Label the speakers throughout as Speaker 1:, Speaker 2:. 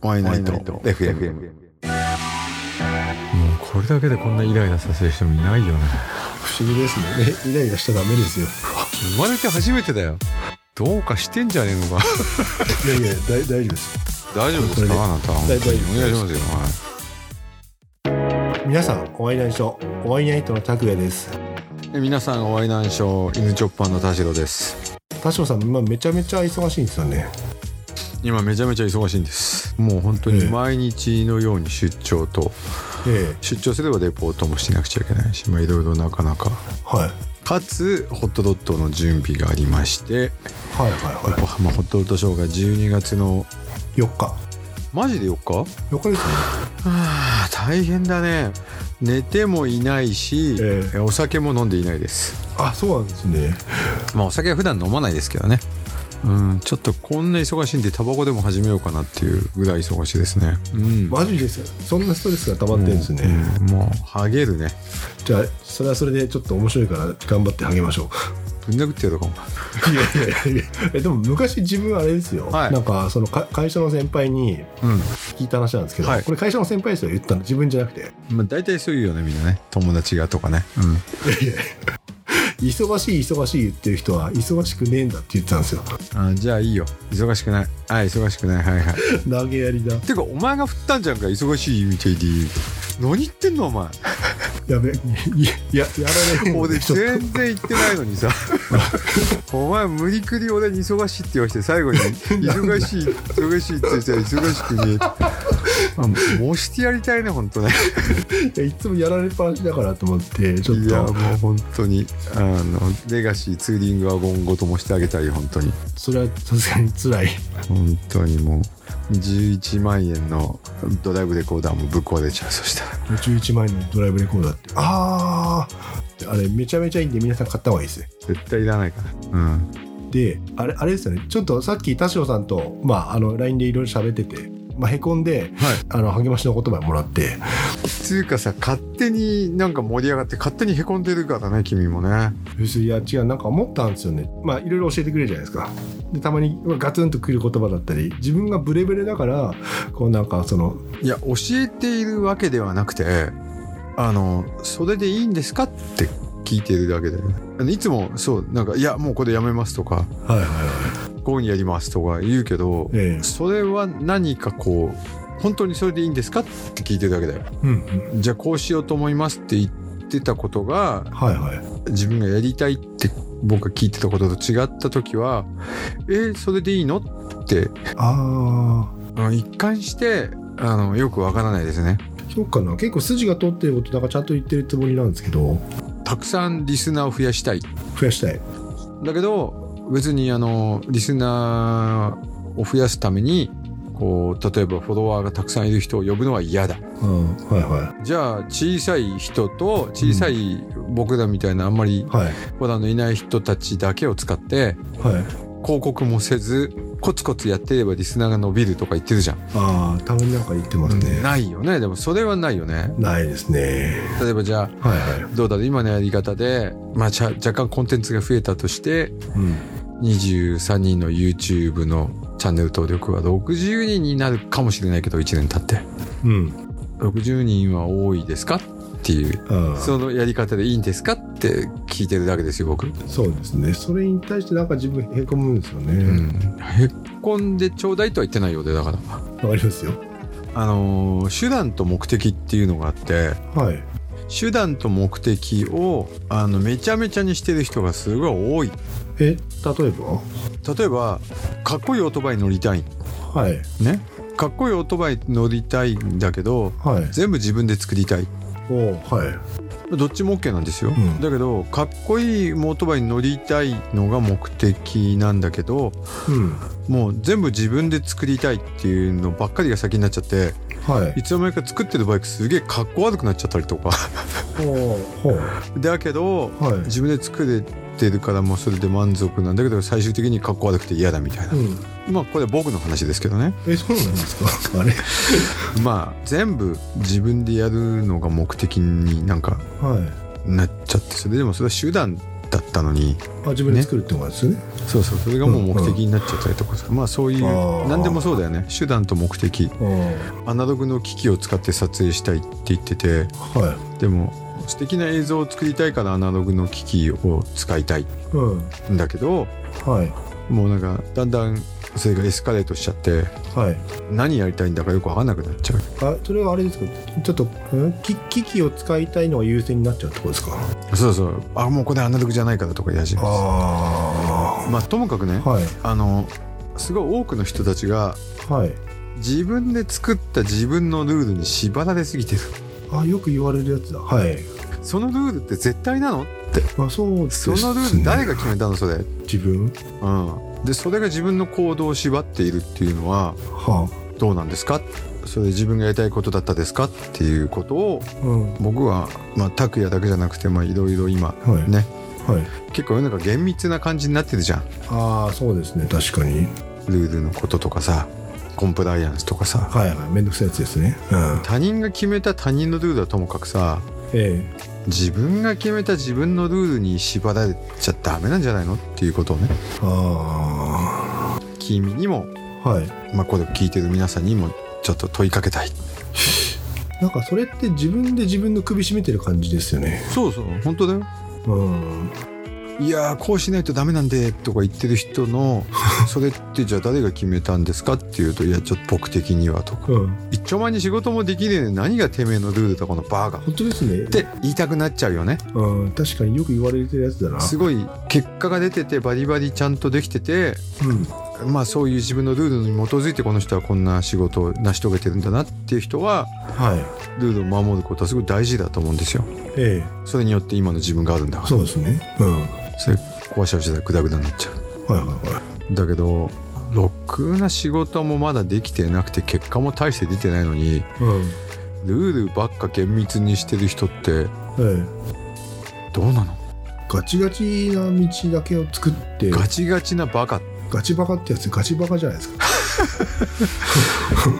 Speaker 1: ワイナ
Speaker 2: ナ
Speaker 1: イ
Speaker 2: イ
Speaker 1: ト
Speaker 2: ト
Speaker 1: FM。
Speaker 3: もうこれだけでこんなイライラさせる人もいないよね
Speaker 2: 不思議ですもんね。イライラしちゃダメですよ。
Speaker 3: 生まれて初めてだよどうかしてんじゃねえのか
Speaker 2: いやいや、大大丈夫です。
Speaker 3: 大丈夫です
Speaker 2: これで
Speaker 3: かあなた本当
Speaker 2: 大
Speaker 3: に
Speaker 2: 丈夫
Speaker 3: お願いしますよ、はい
Speaker 2: 皆さん、お会いナイト、お会いナイトの拓也です。
Speaker 3: え皆さんお会いなんでしょう犬チョッパーの田代です
Speaker 2: 田代さん、今めちゃめちゃ忙しいんですよね。
Speaker 3: 今めちゃめちゃ忙しいんですもう本当
Speaker 2: え
Speaker 3: に
Speaker 2: え
Speaker 3: 毎日のように出張と
Speaker 2: ええ
Speaker 3: 出張すればレポートもしなくちゃいけないしまあいろいろなかなか
Speaker 2: はい。
Speaker 3: かつホットドットの準備がありまして
Speaker 2: はいはいは
Speaker 3: 横浜ホットドットショーが12月の
Speaker 2: い。4日。
Speaker 3: マジで4日
Speaker 2: 4日ですね。
Speaker 3: あー大変だね寝てもいないし、
Speaker 2: ええ
Speaker 3: お酒も飲んでいないです
Speaker 2: あ、そうなんですね。
Speaker 3: まあお酒は普段飲まないですけどねうんちょっとこんな忙しいんでタバコでも始めようかなっていうぐらい忙しいですねうん
Speaker 2: マジですよ。そんなストレスが溜まってるんですね。
Speaker 3: うんもうハゲるね
Speaker 2: じゃあ、それはそれでちょっと面白いから頑張って励ましょう。
Speaker 3: ぶん殴ってやるかも
Speaker 2: いやいやいやえでも昔自分あれですよ、
Speaker 3: はい
Speaker 2: なんかそのか会社の先輩に
Speaker 3: うん
Speaker 2: 聞いた話なんですけど、
Speaker 3: はい
Speaker 2: これ会社の先輩ですよ言ったの自分じゃなくて
Speaker 3: まあ大体そういうよねみんなね友達がとかね
Speaker 2: 忙しい忙しい言ってる人は忙しくねえんだって言ってたんですよ
Speaker 3: うんあじゃあいいよ忙しくないあ忙しくないはい はい
Speaker 2: 投げやりだ
Speaker 3: てかお前が振ったんじゃんか忙しいみたいで何言ってんのお前
Speaker 2: やべいややられへん
Speaker 3: 俺
Speaker 2: ちょっと
Speaker 3: 全然言ってないの にさお前無理くり俺に忙しいって言わして最後 に忙しい忙しいって言って忙しく見えてあもうしてやりたいね本当ね
Speaker 2: いやいつもやられっぱなしだからと思ってちょっ
Speaker 3: いやも
Speaker 2: と
Speaker 3: う本当にあのレガシーツーリングは今後ともしてあげたい本当に
Speaker 2: それはさすがに辛い
Speaker 3: 本当にもう11万円のドライブレコーダーもぶっ壊れちゃうそしたら
Speaker 2: 11万円のドライブレコーダーってあああれめちゃめちゃいいんで皆さん買った方がいいですね
Speaker 3: 絶対いらないからうん
Speaker 2: であれあれですよねちょっとさっき田代さんと、まあ、あの LINE でいろいろ喋ってて、まあ、へこんで、あの励ましの言葉もらって
Speaker 3: つうかさ勝手になんか盛り上がって勝手にへこんでるからね君もね
Speaker 2: 別にいや違うなんか思ったんですよねまあいろいろ教えてくれるじゃないですかでたまにガツンとくる言葉だったり自分がブレブレだからこうなんかその
Speaker 3: いや教えているわけではなくてあのそれでいいんですかって聞いてるだけであのいつもそうなんか「いやもうこれやめます」とか
Speaker 2: はいはいはい
Speaker 3: 「こういうふうにやります」とか言うけど、
Speaker 2: ええ
Speaker 3: それは何かこう本当にそれでいいんですかって聞いてるだけだよ
Speaker 2: うんうん
Speaker 3: じゃあこうしようと思いますって言ってたことが
Speaker 2: はいはい
Speaker 3: 自分がやりたいって僕が聞いてたことと違った時は「えそれでいいの?」って
Speaker 2: あ
Speaker 3: あの一貫してあのよくわからないですね。
Speaker 2: あそうかな結構筋が通ってることなんかちゃんと言ってるつもりなんですけど
Speaker 3: たくさんリスナーを増やしたい
Speaker 2: 増やしたい
Speaker 3: だけど別にあのリスナーを増やすためにこう例えばフォロワーがたくさんいる人を呼ぶのは嫌だ
Speaker 2: うんはいは
Speaker 3: じゃあ小さい人と小さい僕らみたいなあんまり
Speaker 2: いはい
Speaker 3: フォロワーのいない人たちだけを使って
Speaker 2: はい
Speaker 3: 広告もせずコツコツやってればリスナーが伸びるとか言ってるじゃん、
Speaker 2: ああたまになんか言ってますね、
Speaker 3: ないよねでもそれはないよね
Speaker 2: ないですね
Speaker 3: 例えばじゃあ
Speaker 2: はいはい
Speaker 3: どうだろう今のやり方で、まあ、ちゃ若干コンテンツが増えたとして
Speaker 2: うん
Speaker 3: 23人の YouTube のチャンネル登録は60人になるかもしれないけど1年経って
Speaker 2: うん、
Speaker 3: 60人は多いですかっていう
Speaker 2: ああ
Speaker 3: そのやり方でいいんですかって聞いてるだけですよ僕、
Speaker 2: そうですねそれに対してなんか自分へこむんですよね
Speaker 3: う
Speaker 2: わ、
Speaker 3: ん、へっこんでちょうだいとは言ってないようでだから
Speaker 2: かりますよ
Speaker 3: あのー手段と目的っていうのがあって
Speaker 2: はい
Speaker 3: 手段と目的をあのめちゃめちゃにしてる人がすごい多い
Speaker 2: え例えば
Speaker 3: 例えばかっこいいオートバイ乗りたい
Speaker 2: はい
Speaker 3: ねかっこいいオートバイ乗りたいんだけど
Speaker 2: はい
Speaker 3: 全部自分で作りたい
Speaker 2: おはい
Speaker 3: どっちも OK なんですよ、
Speaker 2: うん
Speaker 3: だけどかっこいいオートバイに乗りたいのが目的なんだけど
Speaker 2: うん
Speaker 3: もう全部自分で作りたいっていうのばっかりが先になっちゃって
Speaker 2: はい
Speaker 3: いつの間にか作ってるバイクすげえかっこ悪くなっちゃったりと か
Speaker 2: ほうほう
Speaker 3: だけど
Speaker 2: はい
Speaker 3: 自分で作れてるからもうそれで満足なんだけど最終的にかっこ悪くて嫌だみたいな
Speaker 2: うん
Speaker 3: まあこれは僕の話ですけどね
Speaker 2: えそうなんですかあれ
Speaker 3: まあ全部自分でやるのが目的になんか
Speaker 2: はい
Speaker 3: なっちゃってそれでもそれは手段だっったのに
Speaker 2: あ自分で作るってことですよね
Speaker 3: そうそうそれがもう目的になっちゃったりとかさ、まあそういう
Speaker 2: あー
Speaker 3: 何でもそうだよね手段と目的
Speaker 2: うん
Speaker 3: アナログの機器を使って撮影したいって言ってて
Speaker 2: はい
Speaker 3: でも素敵な映像を作りたいからアナログの機器を使いたい
Speaker 2: うん
Speaker 3: んだけど
Speaker 2: はい
Speaker 3: もうなんかだんだんそれがエスカレートしちゃって
Speaker 2: はい
Speaker 3: 何やりたいんだかよく分かんなくなっちゃう
Speaker 2: あそれはあれですかちょっとん機機器を使いたいのが優先になっちゃうってことですか
Speaker 3: そうそうあもうこれアナログじゃないからとか言い始めます
Speaker 2: あ
Speaker 3: まあともかくね、
Speaker 2: はい
Speaker 3: あのすごい多くの人たちが
Speaker 2: はい
Speaker 3: 自分で作った自分のルールに縛られすぎてる
Speaker 2: あよく言われるやつだはい
Speaker 3: そのルールって絶対なの
Speaker 2: あそうです
Speaker 3: そ
Speaker 2: ね
Speaker 3: のルール誰が決めたのそれ
Speaker 2: 自分
Speaker 3: うんでそれが自分の行動を縛っているっていうのは
Speaker 2: は
Speaker 3: どうなんですかそれ自分がやりたいことだったですかっていうことを
Speaker 2: あうんは
Speaker 3: 僕はまあ拓也だけじゃなくてまあいろいろ今
Speaker 2: い
Speaker 3: ね
Speaker 2: はい
Speaker 3: 結構世の中厳密な感じになってるじゃん
Speaker 2: ああそうですね確かに
Speaker 3: ルールのこととかさコンプライアンスとかさ
Speaker 2: はいはいめんどくさいやつですねうん
Speaker 3: 他人が決めた他人のルールはともかくさ
Speaker 2: え
Speaker 3: 自分が決めた自分のルールに縛られちゃダメなんじゃないのっていうことをね
Speaker 2: えあ
Speaker 3: 君にも、
Speaker 2: あはい
Speaker 3: まあ、これを聞いてる皆さんにもちょっと問いかけたい
Speaker 2: なんかそれって自分で自分の首絞めてる感じですよね
Speaker 3: そうそう本当だよ
Speaker 2: うん
Speaker 3: いやーこうしないとダメなんでとか言ってる人 のそれってじゃあ誰が決めたんですかっていうといやちょっと僕的にはとか
Speaker 2: うん
Speaker 3: 一丁前に仕事もできねえのに何がてめえのルールだこのバーガーっ
Speaker 2: 本当ですね
Speaker 3: て言いたくなっちゃうよね
Speaker 2: うん確かによく言われてるやつだな
Speaker 3: すごい結果が出ててバリバリちゃんとできてて
Speaker 2: うん
Speaker 3: まあそういう自分のルールに基づいてこの人はこんな仕事を成し遂げてるんだなっていう人は
Speaker 2: はい
Speaker 3: ルールを守ることはすごい大事だと思うんですよ
Speaker 2: ええ
Speaker 3: それによって今の自分があるんだから
Speaker 2: そうですねうんは
Speaker 3: それ壊しちゃうしたらグダグダになっちゃう
Speaker 2: いはいは
Speaker 3: だけどろくな仕事もまだできてなくて結果も大して出てないのに
Speaker 2: いうん
Speaker 3: ルールばっか厳密にしてる人って
Speaker 2: ええ
Speaker 3: どうなの
Speaker 2: ガチガチな道だけを作って
Speaker 3: ガチガチなバカ
Speaker 2: ガチバカってやつガチバカじゃないですか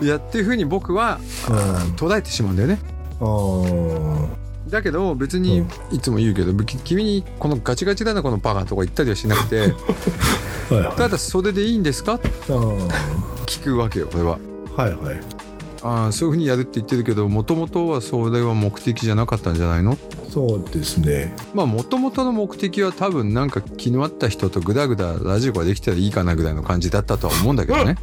Speaker 3: いやっていうふうに僕は
Speaker 2: うん
Speaker 3: 捉えてしまうんだよね
Speaker 2: あー
Speaker 3: だけど別にいつも言うけど、き君にこのガチガチだなこのバカとか言ったりはしなく て
Speaker 2: はいはい
Speaker 3: ただそれでいいんですか
Speaker 2: あー
Speaker 3: 聞くわけよこれは
Speaker 2: はいはい
Speaker 3: ああそういうふうにやるって言ってるけどもともとはそれは目的じゃなかったんじゃないの
Speaker 2: そうですね
Speaker 3: まあもともとの目的は多分なんか気の合った人とグダグダラジオができたらいいかなぐらいの感じだったとは思うんだけどね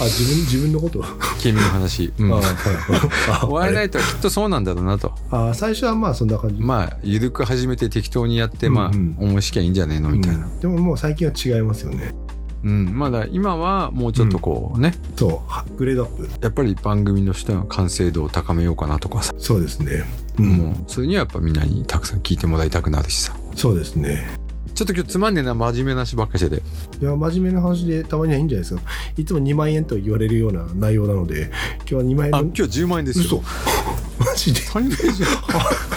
Speaker 2: あ自分自分のこと、
Speaker 3: 君の話、うん
Speaker 2: あーはい
Speaker 3: 終われ
Speaker 2: あ
Speaker 3: な
Speaker 2: れ
Speaker 3: いとはきっとそうなんだろうなと
Speaker 2: あー最初はまあそんな感じ、
Speaker 3: まあ緩く始めて適当にやってまあ
Speaker 2: うん
Speaker 3: 面白きゃいいんじゃねえのみたいな、
Speaker 2: うんでももう最近は違いますよね
Speaker 3: うん、まだ今はもうちょっとこうね、
Speaker 2: そうはグレードアップ
Speaker 3: やっぱり番組の人の完成度を高めようかなとかさ、
Speaker 2: そうですねうん、
Speaker 3: もうそれにはやっぱみんなにたくさん聞いてもらいたくなるしさ
Speaker 2: そうですね
Speaker 3: ちょっと今日つまんねえな真面目な話ばっかりしてて
Speaker 2: いや真面目な話でたまにはいいんじゃないですかいつも2万円と言われるような内容なので今日は2万円
Speaker 3: あ
Speaker 2: の
Speaker 3: 今日10万円ですよ
Speaker 2: 嘘 マジで
Speaker 3: 足りねえじゃんあ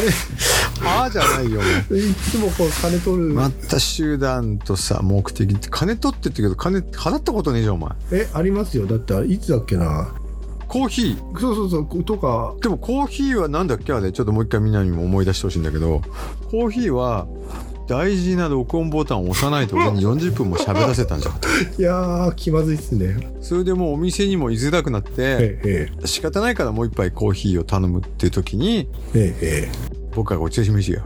Speaker 3: れあーじゃないよもう
Speaker 2: いつもこう金取る、
Speaker 3: また集団とさ目的って金取ってって言うけど金払ったことねえじゃんお前
Speaker 2: えありますよだってあれいつだっけな
Speaker 3: コーヒー
Speaker 2: そうそうそうとか
Speaker 3: でもコーヒーはなんだっけあれちょっともう一回みんなにも思い出してほしいんだけどコーヒーは大事な録音ボタンを押さないと俺に40分も喋らせたんじゃん
Speaker 2: いやー気まずいっすね
Speaker 3: それでもうお店にも居づらくなって
Speaker 2: ええ
Speaker 3: 仕方ないからもう一杯コーヒーを頼むっていう時に
Speaker 2: えええ
Speaker 3: 僕はごちそうし飯よ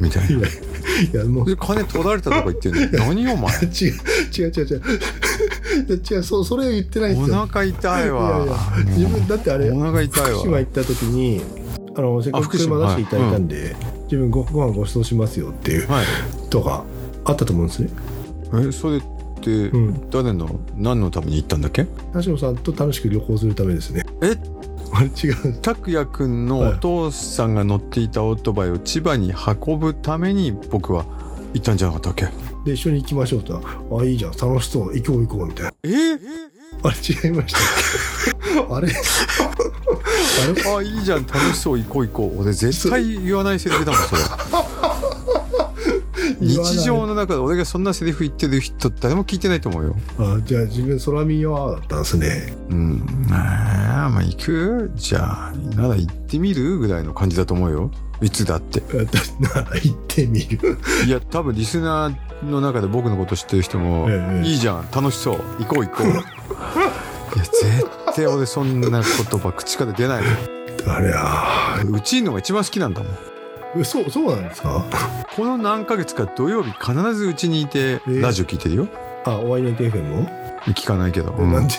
Speaker 3: みたい
Speaker 2: えい
Speaker 3: な
Speaker 2: やいやもう
Speaker 3: で金取られたとか言ってんの何お前
Speaker 2: 違う違う違う違う いや違うそうそれを言ってないっ
Speaker 3: お
Speaker 2: すよ
Speaker 3: 腹痛い
Speaker 2: いやい
Speaker 3: わ
Speaker 2: や自分だってあれ
Speaker 3: お腹痛い
Speaker 2: 福島
Speaker 3: わ
Speaker 2: 行った時にあのせっか
Speaker 3: あ
Speaker 2: く
Speaker 3: 福島
Speaker 2: 車出していただいたんで、自分ごご飯ご馳走しますよっていう
Speaker 3: はい
Speaker 2: とかあったと思うんですね、
Speaker 3: えそれって
Speaker 2: うん、
Speaker 3: 誰の何のために行ったんだっけ
Speaker 2: 田代さんと楽しく旅行するためですね
Speaker 3: え
Speaker 2: あれ違う
Speaker 3: 拓也くんのお父さんが乗っていたオートバイを千葉に運ぶために僕は行ったんじゃなかったっけ
Speaker 2: で一緒に行きましょうとあいいじゃん楽しそう行こう行こうみたいな
Speaker 3: え
Speaker 2: あれ違いました あれあれ
Speaker 3: あいいじゃ ん楽しそう行こう行こう俺絶対言わないセリフだもんそれ日常の中で俺がそんなセリフ言ってる人誰も聞いてないと思うよ。
Speaker 2: あじゃあ自分空耳はだったんですね
Speaker 3: うん。あーまあ行くじゃあ、なら行ってみるぐらいの感じだと思うよ。いつだって。
Speaker 2: 私なら行ってみる
Speaker 3: いや、多分リスナーの中で僕のこと知ってる人も、
Speaker 2: ええ
Speaker 3: いいじゃん、楽しそう。行こう行こう。 いや、絶対俺そんな言葉口から出ないよ。
Speaker 2: あれや
Speaker 3: うちのが一番好きなんだもん。
Speaker 2: えそうそうなんですか
Speaker 3: この何ヶ月か土曜日必ずうちにいて、
Speaker 2: え
Speaker 3: ラジオ聞いてるよ。
Speaker 2: あお会いの TFM も、
Speaker 3: 聞かないけど。
Speaker 2: なんで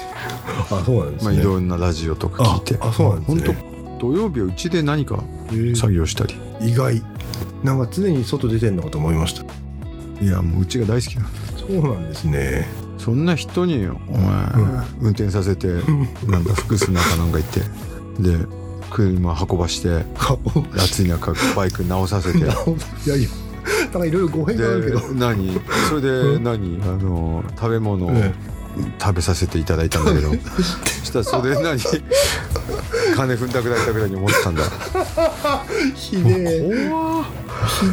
Speaker 2: あそうなんです
Speaker 3: まあ、
Speaker 2: ね、
Speaker 3: いろんなラジオとか聞いて
Speaker 2: ああそうなんですね
Speaker 3: 本当土曜日はうちで何か
Speaker 2: えー
Speaker 3: 作業したり、
Speaker 2: 意外なんか常に外出てんのかと思いました
Speaker 3: いやもううちが大好きなの
Speaker 2: そうなんですね
Speaker 3: そんな人にお前、運転させてなんか複数なんかなんか行ってで車運ばして
Speaker 2: 顔
Speaker 3: 暑い中バイク直させ て
Speaker 2: いやいやなんかいろいろ語弊があるけ
Speaker 3: で
Speaker 2: ど
Speaker 3: 何それで何あの食べ物を
Speaker 2: え
Speaker 3: 食べさせていただいたんだけどそしたらそれで何金踏んだくらいたぐらいに思ったんだ
Speaker 2: ひでえ
Speaker 3: 怖っ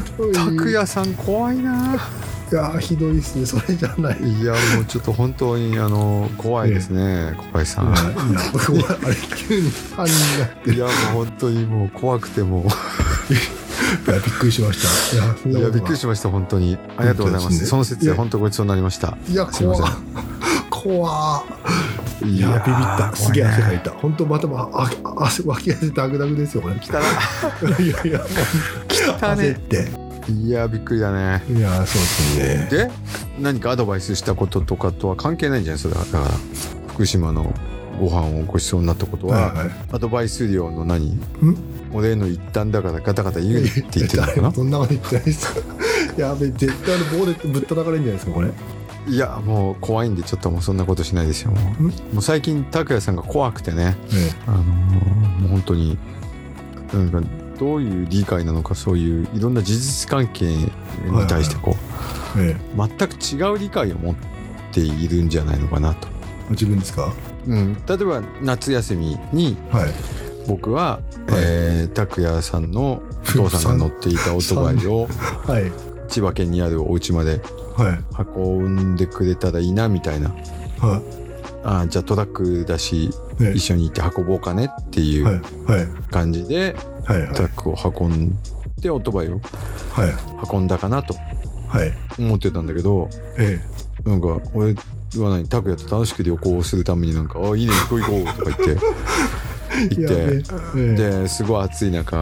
Speaker 2: ひどい
Speaker 3: 拓也さん怖いない
Speaker 2: やひどいっすねそれじゃない
Speaker 3: いやもうちょっと本当にあの怖いですね、小林さん。
Speaker 2: 僕はあれ急に犯人が
Speaker 3: いやもう本当にもう怖くても
Speaker 2: いやびっくりしましたいやそん
Speaker 3: う
Speaker 2: ないこ
Speaker 3: や
Speaker 2: とが
Speaker 3: びっくりしました本当にありがとうございま
Speaker 2: 本当です
Speaker 3: す。
Speaker 2: ね
Speaker 3: その説
Speaker 2: い
Speaker 3: で
Speaker 2: や
Speaker 3: 本当ごちそうになりました。
Speaker 2: いや
Speaker 3: すいま
Speaker 2: 怖
Speaker 3: せん
Speaker 2: っ怖っ
Speaker 3: い
Speaker 2: いやビビったすげえ汗か
Speaker 3: い
Speaker 2: いた本当またまああ汗湧き汗ダグダグですよこれ
Speaker 3: た。
Speaker 2: いやいや
Speaker 3: 汚ね
Speaker 2: 焦って
Speaker 3: いやびっくりだね。
Speaker 2: いやそうですね
Speaker 3: で何かアドバイスしたこととかとは関係ないんじゃないですかだから福島のご飯をごちそうになったことは、
Speaker 2: はいはい
Speaker 3: アドバイス料の何俺の一端だからガタガタ言うって言ってたのかな
Speaker 2: そんなこと言ってないです。やべ、絶対あの棒でぶったたかれるんじゃないですか、これ。
Speaker 3: いやもう怖いんでちょっともうそんなことしないですよもうんもう最近拓哉さんが怖くてねあのーもう本当になんかどういう理解なのかそういういろんな事実関係に対してこ
Speaker 2: ええ、
Speaker 3: う全く違う理解を持っているんじゃないのかなと、
Speaker 2: 自分ですか。
Speaker 3: うん、例えば夏休みに
Speaker 2: はい。
Speaker 3: 僕は、えー拓哉さんのお父さんが乗っていたオートバイ を
Speaker 2: はい。
Speaker 3: 千葉県にあるお家まで
Speaker 2: はい。
Speaker 3: 運んでくれたらいいなみたいな
Speaker 2: は
Speaker 3: あーじゃあトラックだし
Speaker 2: い。ね
Speaker 3: 一緒に行って運ぼうかねってい。
Speaker 2: はいうはい。
Speaker 3: 感じで
Speaker 2: はい。
Speaker 3: トラックを運んでオートバイを
Speaker 2: はい。
Speaker 3: 運んだかなと
Speaker 2: はい。
Speaker 3: 思ってたんだけど
Speaker 2: え
Speaker 3: なんか俺は何拓哉と楽しく旅行をするためになんか「あいいね行こう行こう」とか言 って
Speaker 2: え。
Speaker 3: 行って。
Speaker 2: ええ。
Speaker 3: ですごい暑い中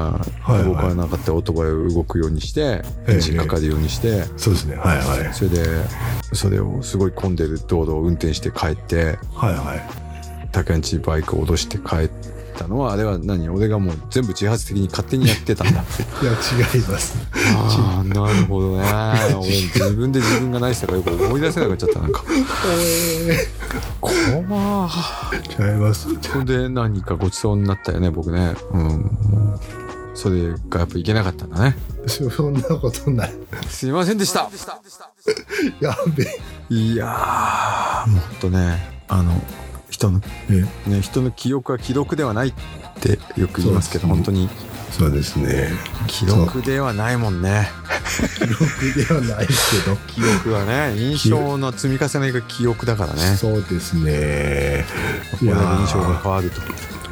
Speaker 2: いはい
Speaker 3: 動かなかったオートバイを動くようにして
Speaker 2: ええ
Speaker 3: エンジンかかるようにして
Speaker 2: そうですね。はい。はい。
Speaker 3: それでそれをすごい混んでる道路を運転して帰って
Speaker 2: はい。はい。
Speaker 3: 高んちバイクを落として帰ったのはあれは何俺がもう全部自発的に勝手にやってたんだ
Speaker 2: いや、違います。
Speaker 3: ああなるほどね俺 自分で自分が何したかよく思い出せなくなっちゃったなんか怖っ
Speaker 2: 違います。
Speaker 3: ほんで何かごちそうになったよね僕ねうんそれがやっぱいけなかったんだね
Speaker 2: そんなことない。
Speaker 3: すいませんでした
Speaker 2: やべ
Speaker 3: いやーもっとねあの人の
Speaker 2: え。
Speaker 3: ね人の記憶は記録ではないってよく言いますけど
Speaker 2: そう
Speaker 3: 本
Speaker 2: です
Speaker 3: 当に
Speaker 2: そうですね。
Speaker 3: 記録ではないもんね
Speaker 2: 記録ではないですけど。
Speaker 3: 記憶はね印象の積み重ねが記憶だからね
Speaker 2: そうですね。
Speaker 3: これで印象が変わると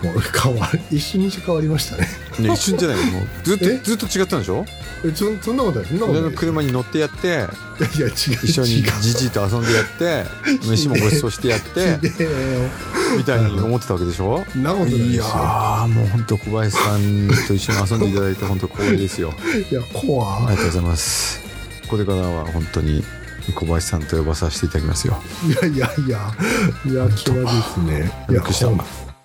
Speaker 2: もう変わる一瞬にして変わりましたね
Speaker 3: ね一瞬じゃないよもうずっ
Speaker 2: え
Speaker 3: とずっと違ったんでしょ
Speaker 2: えそんそんなことないそんなこ
Speaker 3: 俺
Speaker 2: とな
Speaker 3: の
Speaker 2: い
Speaker 3: 車に乗ってやって
Speaker 2: いや違う
Speaker 3: 一緒に
Speaker 2: 違う
Speaker 3: じじいと遊んでや って飯もごちそうしてやって
Speaker 2: ひでえよ
Speaker 3: みたいに思ってたわけでしょ
Speaker 2: そんなことないです
Speaker 3: い
Speaker 2: よ
Speaker 3: やーもう本当小林さんと一緒に遊んでいただいて本当光栄ですよ
Speaker 2: いや
Speaker 3: あ
Speaker 2: 怖
Speaker 3: り
Speaker 2: い
Speaker 3: がとうございますこれからは本当に小林さんと呼ばさせていただきますよ
Speaker 2: いやいやいやいや気まずいですねい
Speaker 3: びっ
Speaker 2: や
Speaker 3: くりした
Speaker 2: ほん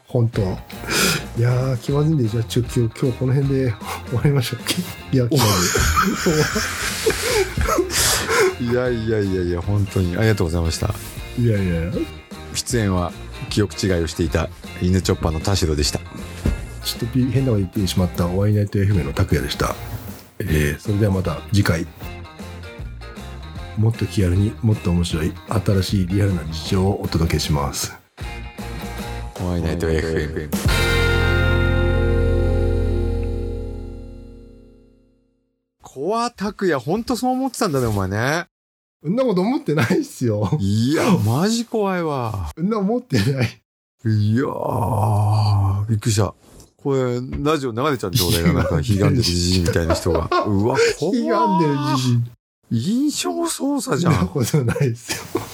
Speaker 2: 本当いやー気まずいんでじゃあ中級今日この辺で終わりましょういや気まず
Speaker 3: いやいやいやいや本当にありがとうございました
Speaker 2: いいやいや
Speaker 3: 出演は記憶違いをしていた犬チョッパーの田代でした
Speaker 2: ちょっとび変なこと言ってしまったワイナイト FM の拓也でした、えーそれではまた次回もっと気軽にもっと面白い新しいリアルな日常をお届けします
Speaker 3: ワイナイト FM 怖拓也、ほんとそう思ってたんだね、お前ね。
Speaker 2: そんなこと思ってないっすよ。
Speaker 3: いや、マジ怖いわ。
Speaker 2: そんな思ってない。
Speaker 3: いやー、びっくりした。これ、ラジオ流れちゃうんで、俺がなんか、悲願でるじじいみたいな人が。 うわ、怖
Speaker 2: 悲願でる自信。
Speaker 3: 印象操作じ
Speaker 2: そ
Speaker 3: ゃ。
Speaker 2: んなんことないっすよ。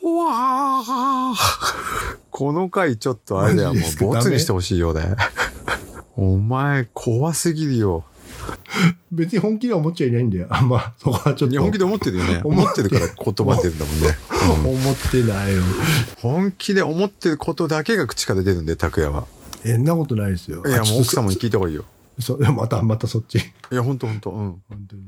Speaker 3: 怖ー。この回ちょっとあれだよ、
Speaker 2: マジ
Speaker 3: も
Speaker 2: ですか
Speaker 3: う、ボツ
Speaker 2: ダメ
Speaker 3: にしてほしいよ ね。お前、怖すぎるよ。
Speaker 2: 別に本気では思っちゃいないんだよ。あんま、そこはちょっ
Speaker 3: 日
Speaker 2: と。
Speaker 3: 本気で思ってるよね。 思ってるから言葉出るんだもんね。うん
Speaker 2: 思ってないよ。
Speaker 3: 本気で思ってることだけが口から出るんで、拓也は。
Speaker 2: えそんなことないですよ。
Speaker 3: いや、もう奥様
Speaker 2: も
Speaker 3: に聞いた方がいいよ。
Speaker 2: そまた、またそっち。
Speaker 3: いや、ほんとほんと。うん。
Speaker 2: 本当に。